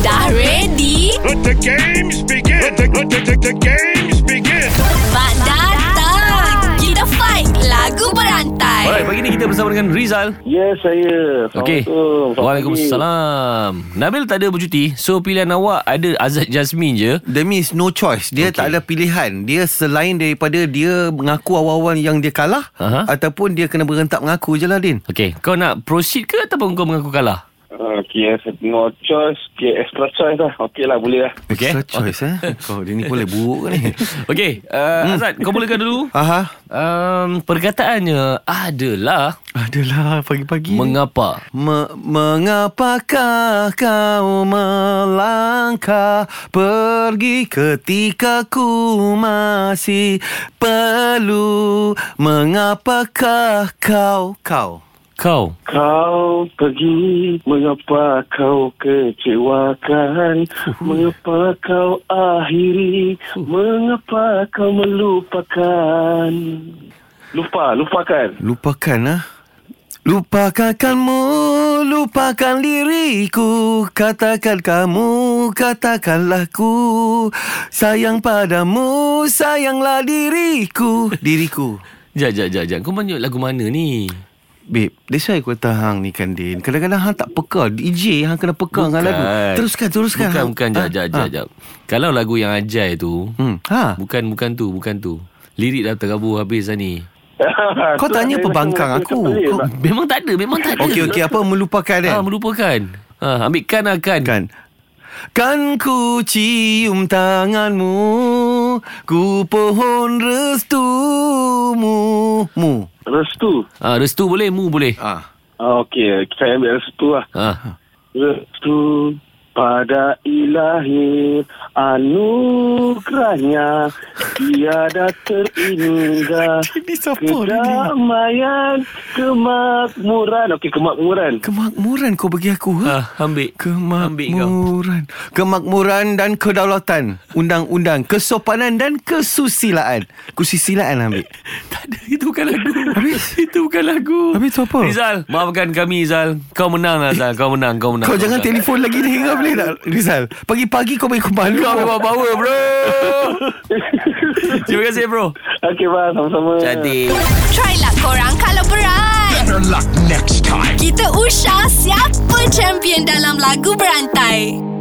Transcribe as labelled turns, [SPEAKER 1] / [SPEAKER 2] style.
[SPEAKER 1] Dah ready?
[SPEAKER 2] Let the games begin. Let the, let the, the, the games begin.
[SPEAKER 1] Mak datang! Kita fight lagu berantai.
[SPEAKER 3] Alright, pagi ni kita bersama dengan Rizal.
[SPEAKER 4] Ya, saya.
[SPEAKER 3] Okey. Waalaikumsalam. Nabil tak ada bercuti, so pilihan awak ada Azad Jasmine je.
[SPEAKER 5] There is no choice Dia okay. tak ada pilihan Dia selain daripada Dia mengaku awal-awal Yang dia kalah
[SPEAKER 3] Aha.
[SPEAKER 5] Ataupun dia kena berhentak mengaku je lah Din
[SPEAKER 3] Okey, kau nak proceed ke ataupun kau mengaku kalah?
[SPEAKER 4] Okay, no choice. Okay, extra choice lah. Okey lah, boleh lah.
[SPEAKER 3] Okey.
[SPEAKER 5] Extra choice eh Kau dia ni boleh buruk ke ni
[SPEAKER 3] Okey, uh, Azad, kau mulakan dulu.
[SPEAKER 5] Aha
[SPEAKER 3] Um, perkataannya adalah
[SPEAKER 5] Adalah pagi-pagi
[SPEAKER 3] Hmm.
[SPEAKER 5] Meng-
[SPEAKER 3] mengapa.
[SPEAKER 5] Me- Mengapakah kau melangkah Pergi ketika ku masih perlu Mengapakah kau Kau
[SPEAKER 3] Kau.
[SPEAKER 4] Kau pergi, mengapa kau kecewakan? Mengapa kau akhiri? Mengapa kau melupakan? Lupa, lupakan.
[SPEAKER 5] Lupakan ah. Lupakan kamu, lupakan diriku Katakan kamu, katakanlah ku Sayang padamu, sayanglah diriku Diriku
[SPEAKER 3] Jap, jap, jap, jap. Kau banyak lagu mana ni?
[SPEAKER 5] Babe, that's why aku kata Hang ni kan Din Kadang-kadang Hang tak peka DJ Hang kena peka dengan lagu Teruskan, teruskan
[SPEAKER 3] Bukan,
[SPEAKER 5] Hang.
[SPEAKER 3] bukan. Jap,
[SPEAKER 5] Ah,
[SPEAKER 3] jap,
[SPEAKER 5] ah.
[SPEAKER 3] jap, jap. Kalau lagu yang ajai tu,
[SPEAKER 5] Hmm. Ha.
[SPEAKER 3] bukan, bukan tu, bukan tu. Lirik dah terkabur habis dah ni.
[SPEAKER 5] Kau
[SPEAKER 4] Tu
[SPEAKER 5] tanya
[SPEAKER 4] ada
[SPEAKER 5] pembangkang
[SPEAKER 4] macam-
[SPEAKER 5] aku
[SPEAKER 4] macam pelik
[SPEAKER 5] Kau
[SPEAKER 4] tak?
[SPEAKER 3] Memang tak ada, memang tak ada.
[SPEAKER 5] Okey, okey Apa melupakan kan?
[SPEAKER 3] Ah, melupakan. Ah, ambil kan lah kan.
[SPEAKER 5] kan Kan ku cium tanganmu Ku pohon restumu Mu
[SPEAKER 4] Restu.
[SPEAKER 3] Ah, restu boleh, mu boleh.
[SPEAKER 5] Ah,
[SPEAKER 4] Ah, Okey, saya ambil restu lah.
[SPEAKER 3] Ah.
[SPEAKER 4] Restu pada ilahi anugerahnya tiada terhingga
[SPEAKER 5] Ini siapa ni?
[SPEAKER 4] kedamaian kemakmuran okey kemakmuran
[SPEAKER 5] Kemakmuran kau bagi aku ha?
[SPEAKER 3] Ah, ambil. Ambil kau.
[SPEAKER 5] Kemakmuran Kemakmuran dan kedaulatan Undang-undang Kesopanan dan kesusilaan Kesusilaan ambil
[SPEAKER 3] Tak ada, itu bukan lagu. Habis? itu bukan lagu.
[SPEAKER 5] Habis tu apa?
[SPEAKER 3] Rizal, maafkan kami Rizal. Kau menang lah Zal, kau menang, kau menang.
[SPEAKER 5] Kau jangan telefon lagi ni Kau boleh tak Rizal Pagi-pagi kau bagi kembali
[SPEAKER 3] Kau memang power bro. Terima kasih bro.
[SPEAKER 4] okey bang sama-sama
[SPEAKER 3] Cantik.
[SPEAKER 1] Try lah korang kalau berat.
[SPEAKER 2] Better luck next time.
[SPEAKER 1] Kita usah siapa champion dalam lagu berantai.